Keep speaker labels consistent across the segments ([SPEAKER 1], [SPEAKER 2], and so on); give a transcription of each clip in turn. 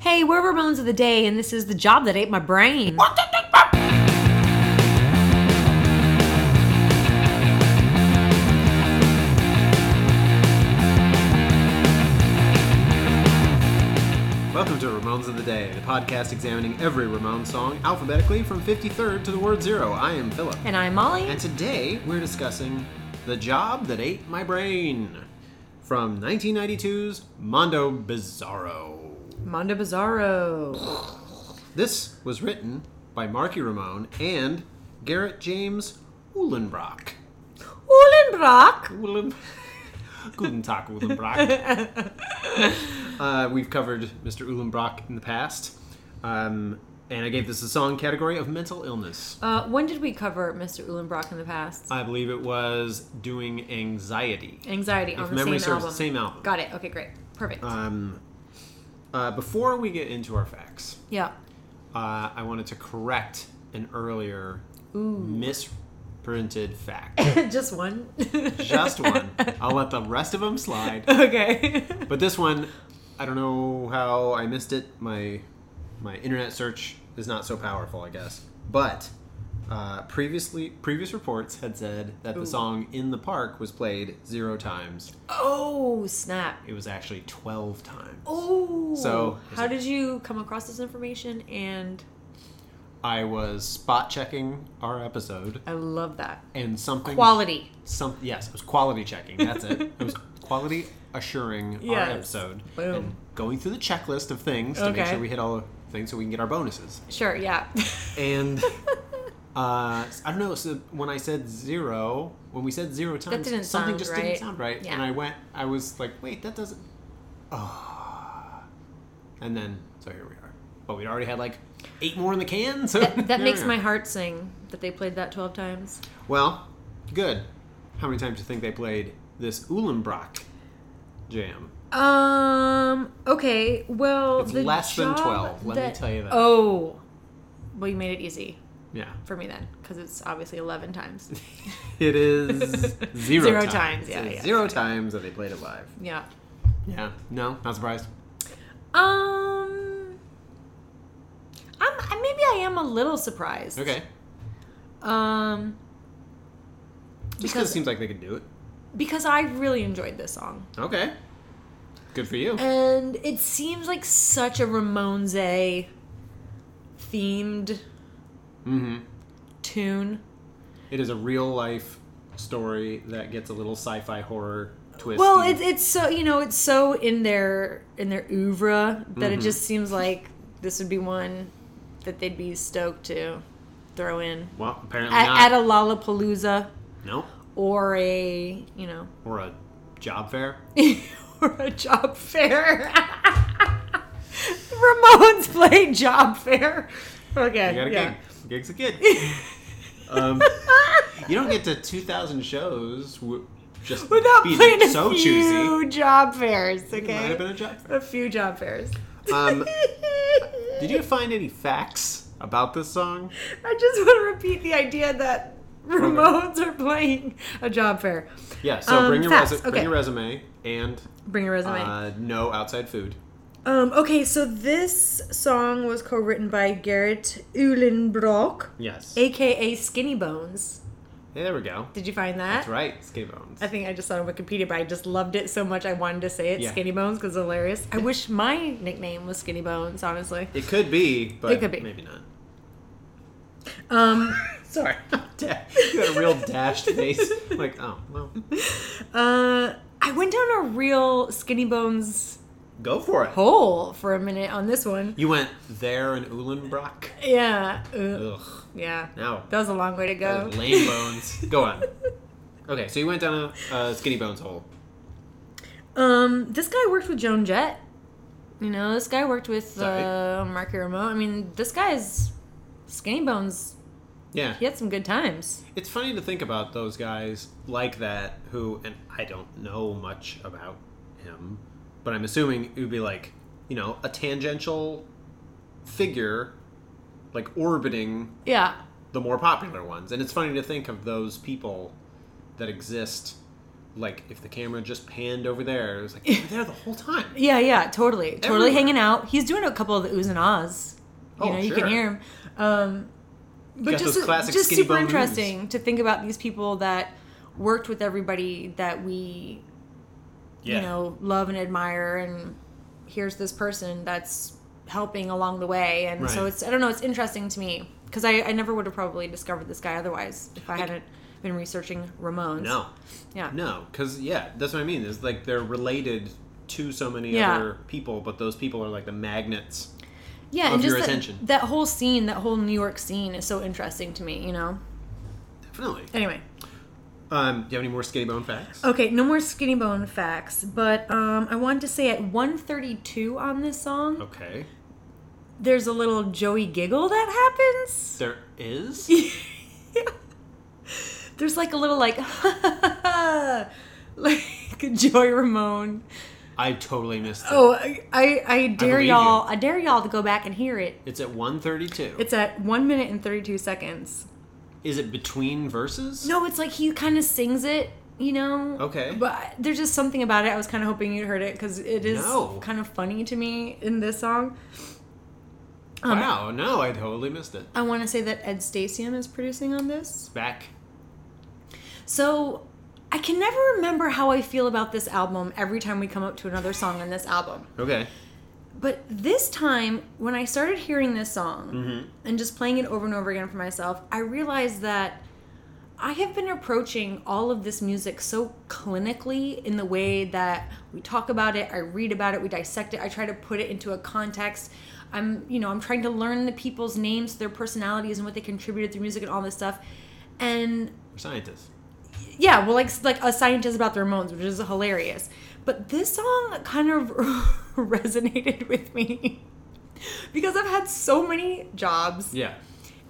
[SPEAKER 1] Hey, we're Ramones of the Day, and this is the job that ate my brain.
[SPEAKER 2] Welcome to Ramones of the Day, the podcast examining every Ramones song alphabetically from 53rd to the word zero. I am Philip.
[SPEAKER 1] And I'm Molly.
[SPEAKER 2] And today we're discussing The Job That Ate My Brain from 1992's Mondo Bizarro.
[SPEAKER 1] Mondo Bizarro.
[SPEAKER 2] This was written by Marky Ramone and Garrett James Uhlenbrock.
[SPEAKER 1] Uhlenbrock.
[SPEAKER 2] Uhlen... Guten Tag, Uhlenbrock. uh, we've covered Mr. Uhlenbrock in the past, um, and I gave this a song category of mental illness.
[SPEAKER 1] Uh, when did we cover Mr. Uhlenbrock in the past?
[SPEAKER 2] I believe it was doing anxiety.
[SPEAKER 1] Anxiety on the same
[SPEAKER 2] memory serves,
[SPEAKER 1] album.
[SPEAKER 2] same album.
[SPEAKER 1] Got it. Okay, great. Perfect.
[SPEAKER 2] Um, uh, before we get into our facts,
[SPEAKER 1] yeah.
[SPEAKER 2] uh, I wanted to correct an earlier misprinted fact.
[SPEAKER 1] Just one.
[SPEAKER 2] Just one. I'll let the rest of them slide.
[SPEAKER 1] okay.
[SPEAKER 2] But this one, I don't know how I missed it. My my internet search is not so powerful, I guess. But uh, previously, previous reports had said that the song "In the Park" was played zero times.
[SPEAKER 1] oh, snap.
[SPEAKER 2] It was actually twelve times.
[SPEAKER 1] Oh.
[SPEAKER 2] So-
[SPEAKER 1] how did you come across this information? And
[SPEAKER 2] I was spot checking our episode,
[SPEAKER 1] I love that.
[SPEAKER 2] and something
[SPEAKER 1] Quality.
[SPEAKER 2] Some yes, it was quality checking. That's it. It was quality assuring
[SPEAKER 1] Yes.
[SPEAKER 2] our episode
[SPEAKER 1] Boom.
[SPEAKER 2] and going through the checklist of things to make
[SPEAKER 1] Okay.
[SPEAKER 2] sure we hit all the things so we can get our bonuses.
[SPEAKER 1] Sure, yeah.
[SPEAKER 2] And uh, I don't know. So when I said zero, when we said zero times,
[SPEAKER 1] didn't
[SPEAKER 2] something
[SPEAKER 1] sound
[SPEAKER 2] just
[SPEAKER 1] right.
[SPEAKER 2] didn't sound right.
[SPEAKER 1] Yeah.
[SPEAKER 2] And I went, I was like, wait, that doesn't. Oh. And then so here we are. But we'd already had like eight more in the can. So
[SPEAKER 1] that
[SPEAKER 2] there
[SPEAKER 1] makes
[SPEAKER 2] we
[SPEAKER 1] my
[SPEAKER 2] are.
[SPEAKER 1] heart sing that they played that 12 times.
[SPEAKER 2] Well, good. How many times do you think they played this Uhlenbrock jam?
[SPEAKER 1] Um. Okay. Well,
[SPEAKER 2] It's
[SPEAKER 1] the
[SPEAKER 2] less than
[SPEAKER 1] job
[SPEAKER 2] 12, let me tell you that.
[SPEAKER 1] Oh, well, you made it easy
[SPEAKER 2] Yeah.
[SPEAKER 1] for me then, because it's obviously eleven times.
[SPEAKER 2] It is zero,
[SPEAKER 1] Zero
[SPEAKER 2] times.
[SPEAKER 1] times, yeah,
[SPEAKER 2] It is
[SPEAKER 1] yeah,
[SPEAKER 2] Zero times that they played it live.
[SPEAKER 1] Yeah.
[SPEAKER 2] Yeah. No, not surprised.
[SPEAKER 1] Um. I'm maybe I am a little surprised.
[SPEAKER 2] Okay.
[SPEAKER 1] Um.
[SPEAKER 2] Just because
[SPEAKER 1] Because
[SPEAKER 2] it seems like they could do it.
[SPEAKER 1] because I really enjoyed this song,
[SPEAKER 2] Okay. Good for you.
[SPEAKER 1] and it seems like such a Ramones themed
[SPEAKER 2] Mm-hmm.
[SPEAKER 1] tune.
[SPEAKER 2] It is a real life story that gets a little sci-fi horror twist.
[SPEAKER 1] Well,
[SPEAKER 2] and-
[SPEAKER 1] it's it's so you know it's so in their in their oeuvre that
[SPEAKER 2] Mm-hmm.
[SPEAKER 1] it just seems like this would be one that they'd be stoked to throw in
[SPEAKER 2] well, apparently
[SPEAKER 1] at,
[SPEAKER 2] not.
[SPEAKER 1] at a Lollapalooza
[SPEAKER 2] no,
[SPEAKER 1] or a you know
[SPEAKER 2] or a job fair.
[SPEAKER 1] or a job fair. Ramones play job fair. Okay,
[SPEAKER 2] You got a
[SPEAKER 1] yeah.
[SPEAKER 2] gig. Gig's a gig. um, you don't get to two thousand shows w- just
[SPEAKER 1] Without
[SPEAKER 2] being
[SPEAKER 1] playing a
[SPEAKER 2] so
[SPEAKER 1] few
[SPEAKER 2] choosy.
[SPEAKER 1] job fairs,
[SPEAKER 2] It might have been
[SPEAKER 1] okay,
[SPEAKER 2] a job fair.
[SPEAKER 1] a few job fairs.
[SPEAKER 2] Um, Did you find any facts about this song?
[SPEAKER 1] I just want to repeat the idea that Ramones are playing a job fair.
[SPEAKER 2] Yeah. So
[SPEAKER 1] Um,
[SPEAKER 2] bring your
[SPEAKER 1] facts,
[SPEAKER 2] resu-
[SPEAKER 1] okay.
[SPEAKER 2] bring your resume and
[SPEAKER 1] Bring a resume.
[SPEAKER 2] uh, no outside food.
[SPEAKER 1] um, okay, so this song was co-written by Garrett Uhlenbrock,
[SPEAKER 2] Yes. Hey,
[SPEAKER 1] aka Skinny Bones.
[SPEAKER 2] there we go.
[SPEAKER 1] Did you find that?
[SPEAKER 2] That's right. Skate bones.
[SPEAKER 1] I think I just saw it on Wikipedia, but I just loved it so much I wanted to say it,
[SPEAKER 2] Yeah.
[SPEAKER 1] Skinny Bones, because it's hilarious. I wish my nickname was Skinny Bones, honestly.
[SPEAKER 2] It could be, but
[SPEAKER 1] It could be.
[SPEAKER 2] maybe not.
[SPEAKER 1] Um,
[SPEAKER 2] Sorry. you had a real dashed face. Like, oh, well,
[SPEAKER 1] uh, I went down a real Skinny Bones
[SPEAKER 2] go for it.
[SPEAKER 1] hole for a minute on this one.
[SPEAKER 2] You went there in Uhlenbrock.
[SPEAKER 1] Yeah. uh,
[SPEAKER 2] Ugh.
[SPEAKER 1] Yeah.
[SPEAKER 2] Now, uh,
[SPEAKER 1] That was a long way to go.
[SPEAKER 2] lame bones. Go on. Okay, so you went down a, a skinny bones hole.
[SPEAKER 1] Um, this guy worked with Joan Jett. You know, this guy worked with
[SPEAKER 2] Sorry.
[SPEAKER 1] uh, Marky Ramone. I mean, this guy's Skinny Bones.
[SPEAKER 2] Yeah.
[SPEAKER 1] He had some good times.
[SPEAKER 2] It's funny to think about those guys like that who, and I don't know much about him, but I'm assuming it would be like, you know, a tangential figure, like orbiting
[SPEAKER 1] Yeah,
[SPEAKER 2] the more popular ones. And it's funny to think of those people that exist like if the camera just panned over there, it was like you were there the whole time.
[SPEAKER 1] Yeah, yeah, totally, totally
[SPEAKER 2] Everywhere.
[SPEAKER 1] hanging out. He's doing a couple of the oohs and ahs. You
[SPEAKER 2] Oh,
[SPEAKER 1] know, you can
[SPEAKER 2] sure.
[SPEAKER 1] hear him. Um, but
[SPEAKER 2] got
[SPEAKER 1] just
[SPEAKER 2] those classic
[SPEAKER 1] just
[SPEAKER 2] skinny
[SPEAKER 1] super
[SPEAKER 2] bone
[SPEAKER 1] interesting to think about these people that worked with everybody that we
[SPEAKER 2] Yeah.
[SPEAKER 1] you know love and admire, and here's this person that's helping along the way, and so
[SPEAKER 2] Right.
[SPEAKER 1] it's I don't know, it's interesting to me because I, I never would have probably discovered this guy otherwise if I hadn't been researching Ramones.
[SPEAKER 2] No.
[SPEAKER 1] yeah,
[SPEAKER 2] No, because yeah, that's what I mean. Is like they're related to so many
[SPEAKER 1] Yeah.
[SPEAKER 2] other people, but those people are like the magnets.
[SPEAKER 1] yeah,
[SPEAKER 2] of
[SPEAKER 1] and just
[SPEAKER 2] your
[SPEAKER 1] that,
[SPEAKER 2] attention.
[SPEAKER 1] that whole scene, that whole New York scene, is so interesting to me. You know.
[SPEAKER 2] Definitely.
[SPEAKER 1] Anyway,
[SPEAKER 2] Um, do you have any more skinny bone facts?
[SPEAKER 1] okay, no more skinny bone facts, but um, I wanted to say at 132 on this song,
[SPEAKER 2] Okay.
[SPEAKER 1] there's a little Joey giggle that happens.
[SPEAKER 2] There is.
[SPEAKER 1] There's like a little like like Joey Ramone.
[SPEAKER 2] I totally missed it.
[SPEAKER 1] Oh, I I, I dare
[SPEAKER 2] believe
[SPEAKER 1] y'all
[SPEAKER 2] you.
[SPEAKER 1] I dare y'all to go back and hear it.
[SPEAKER 2] It's at 132.
[SPEAKER 1] It's at one minute and 32 seconds.
[SPEAKER 2] Is it between verses?
[SPEAKER 1] No, it's like he kind of sings it, you know.
[SPEAKER 2] Okay.
[SPEAKER 1] But there's just something about it. I was kind of hoping you'd heard it because it is
[SPEAKER 2] No.
[SPEAKER 1] kind of funny to me in this song. Um,
[SPEAKER 2] Wow, no, I totally missed it.
[SPEAKER 1] I want to say that Ed Stasium is producing on this.
[SPEAKER 2] Back.
[SPEAKER 1] So I can never remember how I feel about this album every time we come up to another song on this album.
[SPEAKER 2] Okay.
[SPEAKER 1] But this time, when I started hearing this song and just playing it over and over again for myself, I realized that I have been approaching all of this music so clinically in the way that we talk about it, I read about it, we dissect it, I try to put it into a context. I'm, you know, I'm trying to learn the people's names, their personalities, and what they contributed through music and all this stuff. And
[SPEAKER 2] We're scientists.
[SPEAKER 1] yeah, well, like like a scientist about the Ramones, which is hilarious. But this song kind of resonated with me because I've had so many jobs,
[SPEAKER 2] Yeah.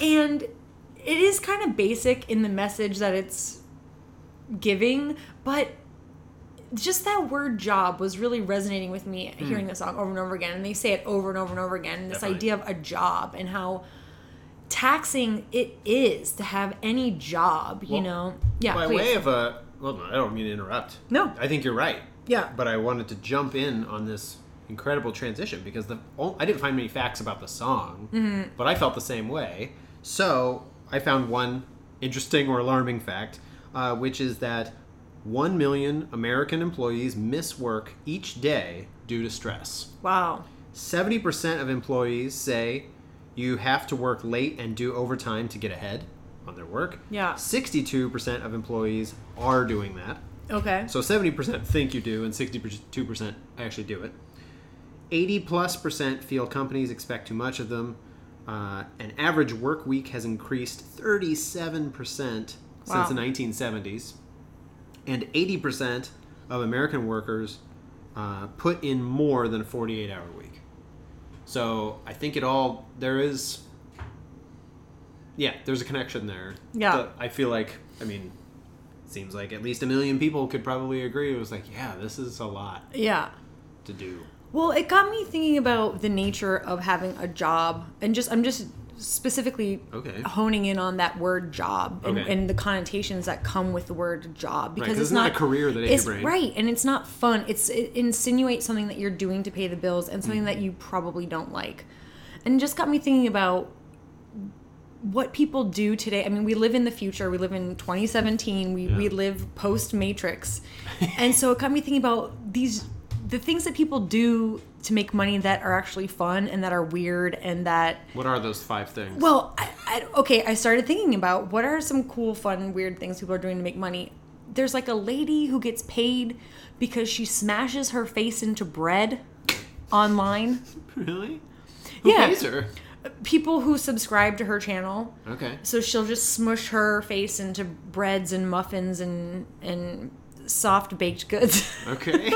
[SPEAKER 1] and it is kind of basic in the message that it's giving, but just that word job was really resonating with me hearing this song over and over again. And they say it over and over and over again this
[SPEAKER 2] Hmm. Definitely.
[SPEAKER 1] idea of a job and how taxing it is to have any job, you
[SPEAKER 2] Well,
[SPEAKER 1] know? Yeah.
[SPEAKER 2] By
[SPEAKER 1] please.
[SPEAKER 2] way of a. Well, no, I don't mean to interrupt.
[SPEAKER 1] No.
[SPEAKER 2] I think you're right.
[SPEAKER 1] Yeah.
[SPEAKER 2] But I wanted to jump in on this incredible transition because the oh, I didn't find many facts about the song,
[SPEAKER 1] Mm-hmm.
[SPEAKER 2] but I felt the same way. So I found one interesting or alarming fact, uh, which is that one million American employees miss work each day due to stress.
[SPEAKER 1] Wow.
[SPEAKER 2] 70% of employees say you have to work late and do overtime to get ahead on their work.
[SPEAKER 1] Yeah.
[SPEAKER 2] 62% of employees are doing that.
[SPEAKER 1] Okay.
[SPEAKER 2] So 70% think you do and 62% actually do it. 80 plus percent feel companies expect too much of them. Uh, an average work week has increased 37%
[SPEAKER 1] Wow.
[SPEAKER 2] since the 1970s. And 80% of American workers uh, put in more than a 48 hour week. So I think it all, there is, yeah, there's a connection there.
[SPEAKER 1] Yeah.
[SPEAKER 2] But I feel like, I mean, seems like at least a million people could probably agree. It was like, yeah, this is a lot
[SPEAKER 1] yeah.
[SPEAKER 2] to do.
[SPEAKER 1] Well, it got me thinking about the nature of having a job and just I'm just specifically
[SPEAKER 2] Okay.
[SPEAKER 1] honing in on that word job and,
[SPEAKER 2] Okay.
[SPEAKER 1] and the connotations that come with the word job because
[SPEAKER 2] 'cause
[SPEAKER 1] it's,
[SPEAKER 2] it's not a career that ate your
[SPEAKER 1] it's-
[SPEAKER 2] brain.
[SPEAKER 1] right and it's not fun it's it insinuates something that you're doing to pay the bills and
[SPEAKER 2] Mm-hmm.
[SPEAKER 1] something that you probably don't like and it just got me thinking about what people do today i mean we live in the future we live in 2017 we, we
[SPEAKER 2] Yeah.
[SPEAKER 1] live post matrix and so it got me thinking about these the things that people do to make money that are actually fun and that are weird and that
[SPEAKER 2] What are those five things?
[SPEAKER 1] well I, I, okay i started thinking about what are some cool fun weird things people are doing to make money there's like a lady who gets paid because she smashes her face into bread online
[SPEAKER 2] really? Who
[SPEAKER 1] Yeah.
[SPEAKER 2] pays her?
[SPEAKER 1] people who subscribe to her channel
[SPEAKER 2] Okay.
[SPEAKER 1] So she'll just smush her face into breads and muffins and and soft baked goods.
[SPEAKER 2] Okay.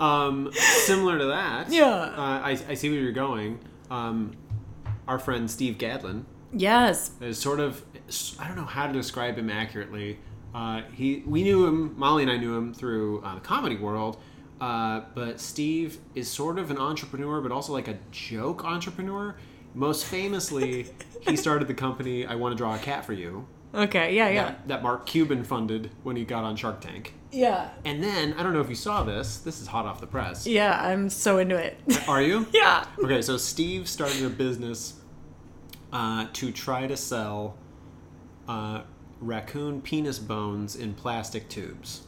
[SPEAKER 2] um, similar to that.
[SPEAKER 1] Yeah.
[SPEAKER 2] Uh, I, I see where you're going. Um, our friend Steve Gadlin
[SPEAKER 1] yes.
[SPEAKER 2] is sort of I don't know how to describe him accurately. Uh, he we knew him, Molly and I knew him through uh, the comedy world. Uh, but Steve is sort of an entrepreneur, but also like a joke entrepreneur. Most famously, he started the company I Want to Draw a Cat for You,
[SPEAKER 1] Okay. Yeah. Yeah.
[SPEAKER 2] that, that Mark Cuban funded when he got on Shark Tank.
[SPEAKER 1] Yeah.
[SPEAKER 2] And then I don't know if you saw this. This is hot off the press.
[SPEAKER 1] Yeah. I'm so into it.
[SPEAKER 2] Are you?
[SPEAKER 1] yeah.
[SPEAKER 2] Okay, so Steve started a business uh, to try to sell uh, raccoon penis bones in plastic tubes.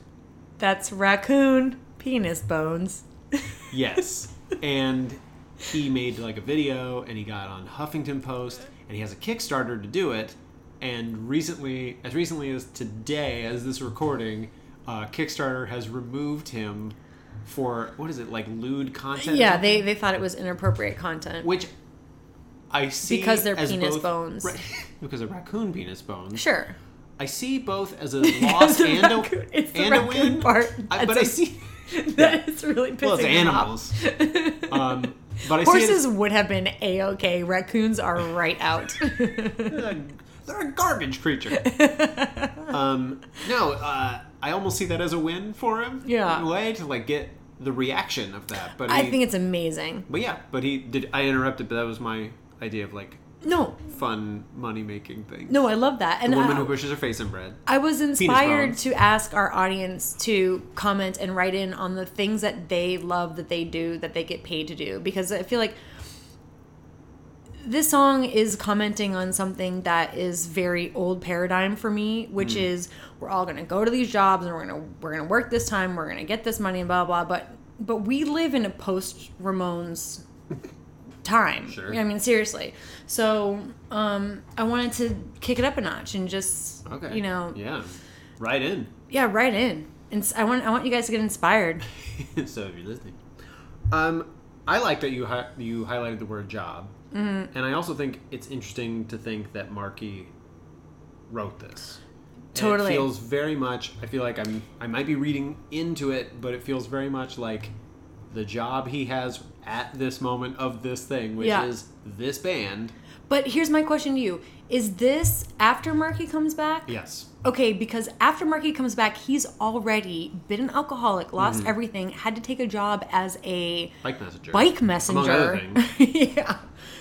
[SPEAKER 1] That's raccoon penis bones.
[SPEAKER 2] Yes. and he made like a video and he got on Huffington Post and he has a Kickstarter to do it. And recently, as recently as today, as this recording, uh, Kickstarter has removed him for what is it like lewd content? or
[SPEAKER 1] Yeah.
[SPEAKER 2] something?
[SPEAKER 1] They they thought it was inappropriate content.
[SPEAKER 2] which I see
[SPEAKER 1] Because they're
[SPEAKER 2] as
[SPEAKER 1] penis
[SPEAKER 2] both-
[SPEAKER 1] bones.
[SPEAKER 2] Right, because they're raccoon penis bones.
[SPEAKER 1] Sure.
[SPEAKER 2] I see both as a loss
[SPEAKER 1] the
[SPEAKER 2] and
[SPEAKER 1] raccoon-
[SPEAKER 2] a
[SPEAKER 1] it's the
[SPEAKER 2] and a
[SPEAKER 1] raccoon
[SPEAKER 2] win.
[SPEAKER 1] part.
[SPEAKER 2] I, but I
[SPEAKER 1] That's a-
[SPEAKER 2] see
[SPEAKER 1] that is really pissing
[SPEAKER 2] well, it's
[SPEAKER 1] me off.
[SPEAKER 2] animals. um, but I
[SPEAKER 1] Horses
[SPEAKER 2] see
[SPEAKER 1] would have been a okay. Raccoons are right out.
[SPEAKER 2] it as, they're a garbage creature. um, no, uh, I almost see that as a win for him.
[SPEAKER 1] Yeah.
[SPEAKER 2] in a way to like get the reaction of that. But
[SPEAKER 1] I
[SPEAKER 2] he-
[SPEAKER 1] think it's amazing.
[SPEAKER 2] But yeah, but he did. I interrupted, but that was my idea of like
[SPEAKER 1] No,
[SPEAKER 2] fun money making thing.
[SPEAKER 1] no, I love that. And uh,
[SPEAKER 2] the woman
[SPEAKER 1] I,
[SPEAKER 2] who pushes her face in bread.
[SPEAKER 1] I was inspired
[SPEAKER 2] bones.
[SPEAKER 1] to ask our audience to comment and write in on the things that they love that they do that they get paid to do because I feel like this song is commenting on something that is very old paradigm for me, which is we're all going to go to these jobs and we're going to we're going to work this time, we're going to get this money and blah blah, but but we live in a post Ramones time.
[SPEAKER 2] Sure.
[SPEAKER 1] I mean seriously. So, um I wanted to kick it up a notch and just
[SPEAKER 2] Okay.
[SPEAKER 1] you know
[SPEAKER 2] Yeah. Right in.
[SPEAKER 1] yeah, right in. And I want I want you guys to get inspired.
[SPEAKER 2] so if you're listening, um, I like that you hi- you highlighted the word job, mm-hmm. and I also think it's interesting to think that Marky wrote this. And
[SPEAKER 1] Totally.
[SPEAKER 2] it feels very much. I feel like I'm. I might be reading into it, but it feels very much like the job he has at this moment of this thing, which
[SPEAKER 1] Yeah.
[SPEAKER 2] is this band.
[SPEAKER 1] But here's my question to you: Is this after Marky comes back?
[SPEAKER 2] Yes.
[SPEAKER 1] Okay, because after Marky comes back, he's already been an alcoholic, lost
[SPEAKER 2] Mm-hmm.
[SPEAKER 1] everything, had to take a job as a
[SPEAKER 2] Bike messenger.
[SPEAKER 1] bike
[SPEAKER 2] Among
[SPEAKER 1] messenger.
[SPEAKER 2] other things.
[SPEAKER 1] yeah.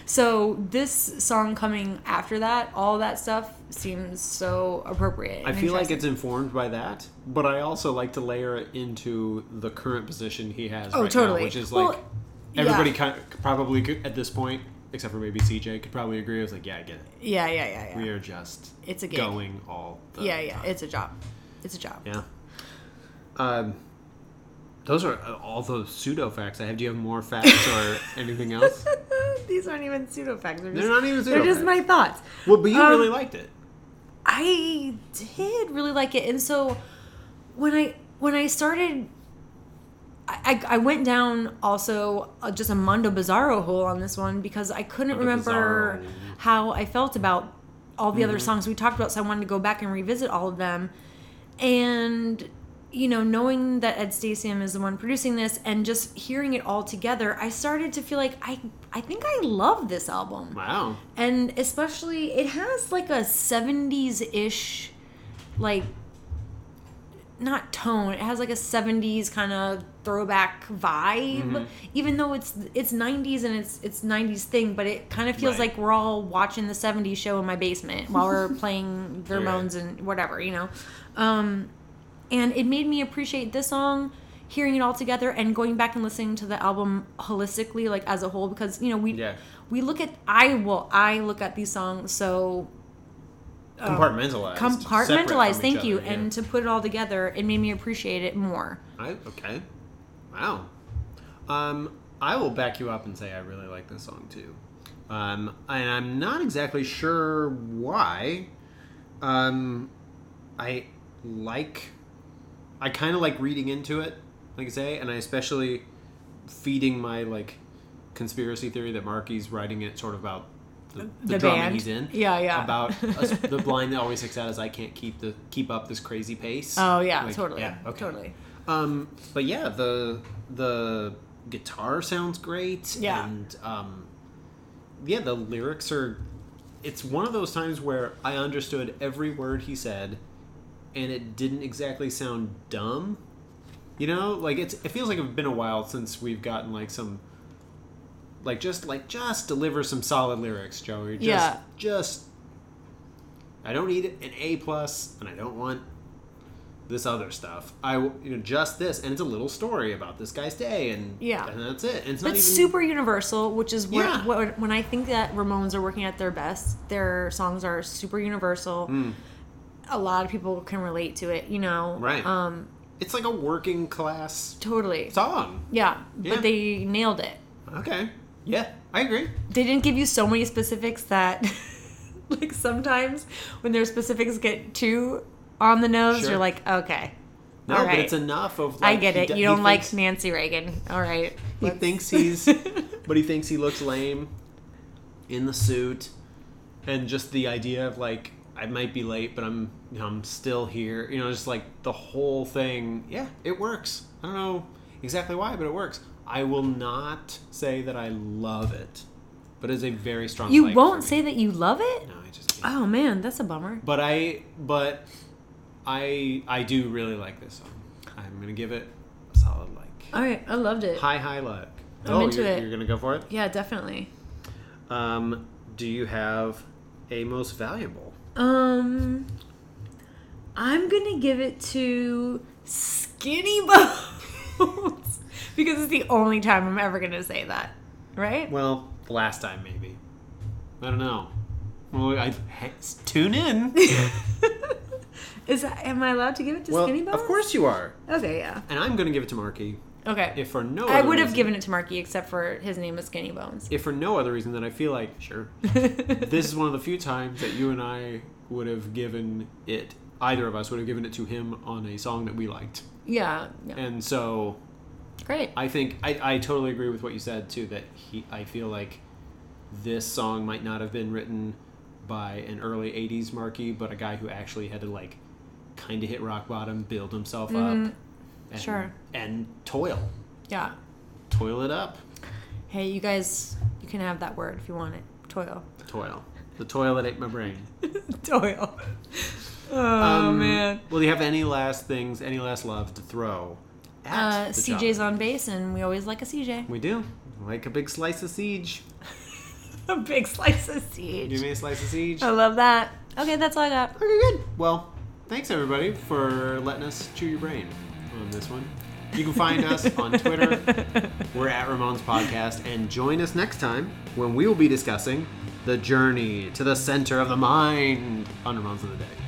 [SPEAKER 1] So this song coming after that, all that stuff seems so appropriate.
[SPEAKER 2] I
[SPEAKER 1] and
[SPEAKER 2] feel like
[SPEAKER 1] interesting.
[SPEAKER 2] it's informed by that, but I also like to layer it into the current position he has.
[SPEAKER 1] Oh,
[SPEAKER 2] right
[SPEAKER 1] totally.
[SPEAKER 2] Now, which is
[SPEAKER 1] Well,
[SPEAKER 2] like
[SPEAKER 1] yeah.
[SPEAKER 2] everybody kind of, probably could, at this point, except for maybe CJ, could probably agree. I was like, yeah, I get it.
[SPEAKER 1] yeah, yeah, yeah, yeah.
[SPEAKER 2] We are just
[SPEAKER 1] It's a gig.
[SPEAKER 2] going all. The
[SPEAKER 1] Yeah, yeah.
[SPEAKER 2] time.
[SPEAKER 1] It's a job. It's a job.
[SPEAKER 2] yeah. Um, those are uh, all those pseudo facts I have. Do you have more facts or anything else?
[SPEAKER 1] These aren't even pseudo facts. They're,
[SPEAKER 2] They're
[SPEAKER 1] just-
[SPEAKER 2] not even
[SPEAKER 1] They're just
[SPEAKER 2] pseudo-facts.
[SPEAKER 1] my thoughts.
[SPEAKER 2] Well, but you
[SPEAKER 1] Um,
[SPEAKER 2] really liked it.
[SPEAKER 1] I did really like it, and so when I when I started, I, I, I went down also uh, just a Mondo Bizarro hole on this one because I couldn't
[SPEAKER 2] Mondo
[SPEAKER 1] remember
[SPEAKER 2] Bizarro.
[SPEAKER 1] how I felt about all the other songs we talked about, so I wanted to go back and revisit all of them, and you know knowing that ed stasium is the one producing this and just hearing it all together i started to feel like i i think i love this album
[SPEAKER 2] Wow.
[SPEAKER 1] and especially it has like a 70s ish like not tone it has like a 70s kind of throwback vibe
[SPEAKER 2] Mm-hmm.
[SPEAKER 1] even though it's it's 90s and it's it's 90s thing but it kind of feels
[SPEAKER 2] Right.
[SPEAKER 1] like we're all watching the 70s show in my basement while we're playing the
[SPEAKER 2] Right.
[SPEAKER 1] Ramones and whatever you know um and it made me appreciate this song hearing it all together and going back and listening to the album holistically like as a whole because you know we
[SPEAKER 2] Yeah.
[SPEAKER 1] we look at I well I look at these songs so um,
[SPEAKER 2] Compartmentalized. separate from
[SPEAKER 1] compartmentalized.
[SPEAKER 2] each
[SPEAKER 1] Thank you,
[SPEAKER 2] other, yeah.
[SPEAKER 1] and to put it all together, it made me appreciate it more.
[SPEAKER 2] I okay. Wow. Um, I will back you up and say I really like this song too. Um, and I'm not exactly sure why. Um, I like. I kind of like reading into it, like I say, and I especially feeding my like conspiracy theory that Marky's writing it sort of about the, the,
[SPEAKER 1] Uh, The
[SPEAKER 2] drumming
[SPEAKER 1] band.
[SPEAKER 2] he's in.
[SPEAKER 1] Yeah, yeah.
[SPEAKER 2] About us, the blind that always sticks out is I can't keep the keep up this crazy pace.
[SPEAKER 1] Oh yeah,
[SPEAKER 2] Like,
[SPEAKER 1] totally,
[SPEAKER 2] yeah, okay.
[SPEAKER 1] totally.
[SPEAKER 2] Um, but yeah, the the guitar sounds great.
[SPEAKER 1] Yeah.
[SPEAKER 2] And um, yeah, the lyrics are. It's one of those times where I understood every word he said, and it didn't exactly sound dumb. You know, like it's it feels like it's been a while since we've gotten like some. Like just like just deliver some solid lyrics, Joey. Just,
[SPEAKER 1] Yeah.
[SPEAKER 2] Just. I don't need an A plus, and I don't want this other stuff. I w- you know just this, and it's a little story about this guy's day, and
[SPEAKER 1] Yeah.
[SPEAKER 2] and that's it. And it's
[SPEAKER 1] But
[SPEAKER 2] not even
[SPEAKER 1] super universal, which is what,
[SPEAKER 2] Yeah.
[SPEAKER 1] what when I think that Ramones are working at their best, their songs are super universal.
[SPEAKER 2] Hmm.
[SPEAKER 1] A lot of people can relate to it, you know.
[SPEAKER 2] Right.
[SPEAKER 1] Um.
[SPEAKER 2] It's like a working class
[SPEAKER 1] Totally.
[SPEAKER 2] song.
[SPEAKER 1] Yeah.
[SPEAKER 2] Yeah.
[SPEAKER 1] But they nailed it.
[SPEAKER 2] Okay, yeah, I agree.
[SPEAKER 1] They didn't give you so many specifics that, like sometimes when their specifics get too on the nose,
[SPEAKER 2] Sure.
[SPEAKER 1] you're like, okay,
[SPEAKER 2] No,
[SPEAKER 1] All
[SPEAKER 2] but
[SPEAKER 1] right.
[SPEAKER 2] it's enough of.
[SPEAKER 1] I
[SPEAKER 2] like,
[SPEAKER 1] get
[SPEAKER 2] he
[SPEAKER 1] it.
[SPEAKER 2] d-
[SPEAKER 1] You
[SPEAKER 2] he
[SPEAKER 1] don't like
[SPEAKER 2] thinks-
[SPEAKER 1] Nancy Reagan. All right.
[SPEAKER 2] He
[SPEAKER 1] let's-
[SPEAKER 2] thinks he's, but he thinks he looks lame in the suit, and just the idea of like I might be late, but I'm you know, I'm still here. You know, just like the whole thing. Yeah, it works. I don't know exactly why, but it works. I will not say that I love it, but it's a very strong.
[SPEAKER 1] you
[SPEAKER 2] like for
[SPEAKER 1] won't
[SPEAKER 2] me.
[SPEAKER 1] say that you love it.
[SPEAKER 2] No, I just. Can't.
[SPEAKER 1] Oh man, that's a bummer.
[SPEAKER 2] But I, but I, I do really like this song. I'm gonna give it a solid like.
[SPEAKER 1] All right, I loved it.
[SPEAKER 2] High, high, like.
[SPEAKER 1] I'm
[SPEAKER 2] oh,
[SPEAKER 1] into
[SPEAKER 2] you're,
[SPEAKER 1] it.
[SPEAKER 2] you're gonna go for it.
[SPEAKER 1] Yeah, definitely.
[SPEAKER 2] Um, do you have a most valuable?
[SPEAKER 1] Um, I'm gonna give it to Skinny Bones because it's the only time I'm ever gonna say that, right?
[SPEAKER 2] Well, last time maybe. I don't know. Well, I he- tune in.
[SPEAKER 1] Is that, am I allowed to give it to
[SPEAKER 2] well,
[SPEAKER 1] Skinny Bones?
[SPEAKER 2] of course you are.
[SPEAKER 1] Okay, yeah.
[SPEAKER 2] And I'm gonna give it to Marky
[SPEAKER 1] Okay.
[SPEAKER 2] if for no.
[SPEAKER 1] I
[SPEAKER 2] other
[SPEAKER 1] would have
[SPEAKER 2] reason-
[SPEAKER 1] given it to Marky except for his name is Skinny Bones.
[SPEAKER 2] If for no other reason than I feel like sure. this is one of the few times that you and I would have given it. Either of us would have given it to him on a song that we liked,
[SPEAKER 1] yeah, yeah.
[SPEAKER 2] and so
[SPEAKER 1] Great.
[SPEAKER 2] I think I, I totally agree with what you said too. That he, I feel like this song might not have been written by an early '80s Marky, but a guy who actually had to like kind of hit rock bottom, build himself up, and,
[SPEAKER 1] Sure.
[SPEAKER 2] and toil,
[SPEAKER 1] Mm-hmm. Yeah.
[SPEAKER 2] toil it up,
[SPEAKER 1] Hey, you guys, you can have that word if you want it. Toil.
[SPEAKER 2] toil, the toil that ate my brain.
[SPEAKER 1] Toil. Oh
[SPEAKER 2] Um,
[SPEAKER 1] man.
[SPEAKER 2] Well, do you have any last things, any last love to throw? At
[SPEAKER 1] Uh,
[SPEAKER 2] the
[SPEAKER 1] CJ's
[SPEAKER 2] job?
[SPEAKER 1] on base, and we always like a CJ.
[SPEAKER 2] We do like a big slice of siege.
[SPEAKER 1] a big slice of
[SPEAKER 2] Give
[SPEAKER 1] siege.
[SPEAKER 2] me a slice of siege.
[SPEAKER 1] I love that. Okay, that's all I got.
[SPEAKER 2] Okay, good. Well, thanks everybody for letting us chew your brain on this one. You can find us on Twitter. We're at Ramones Podcast, and join us next time when we will be discussing the journey to the center of the mind on Ramones of the Day.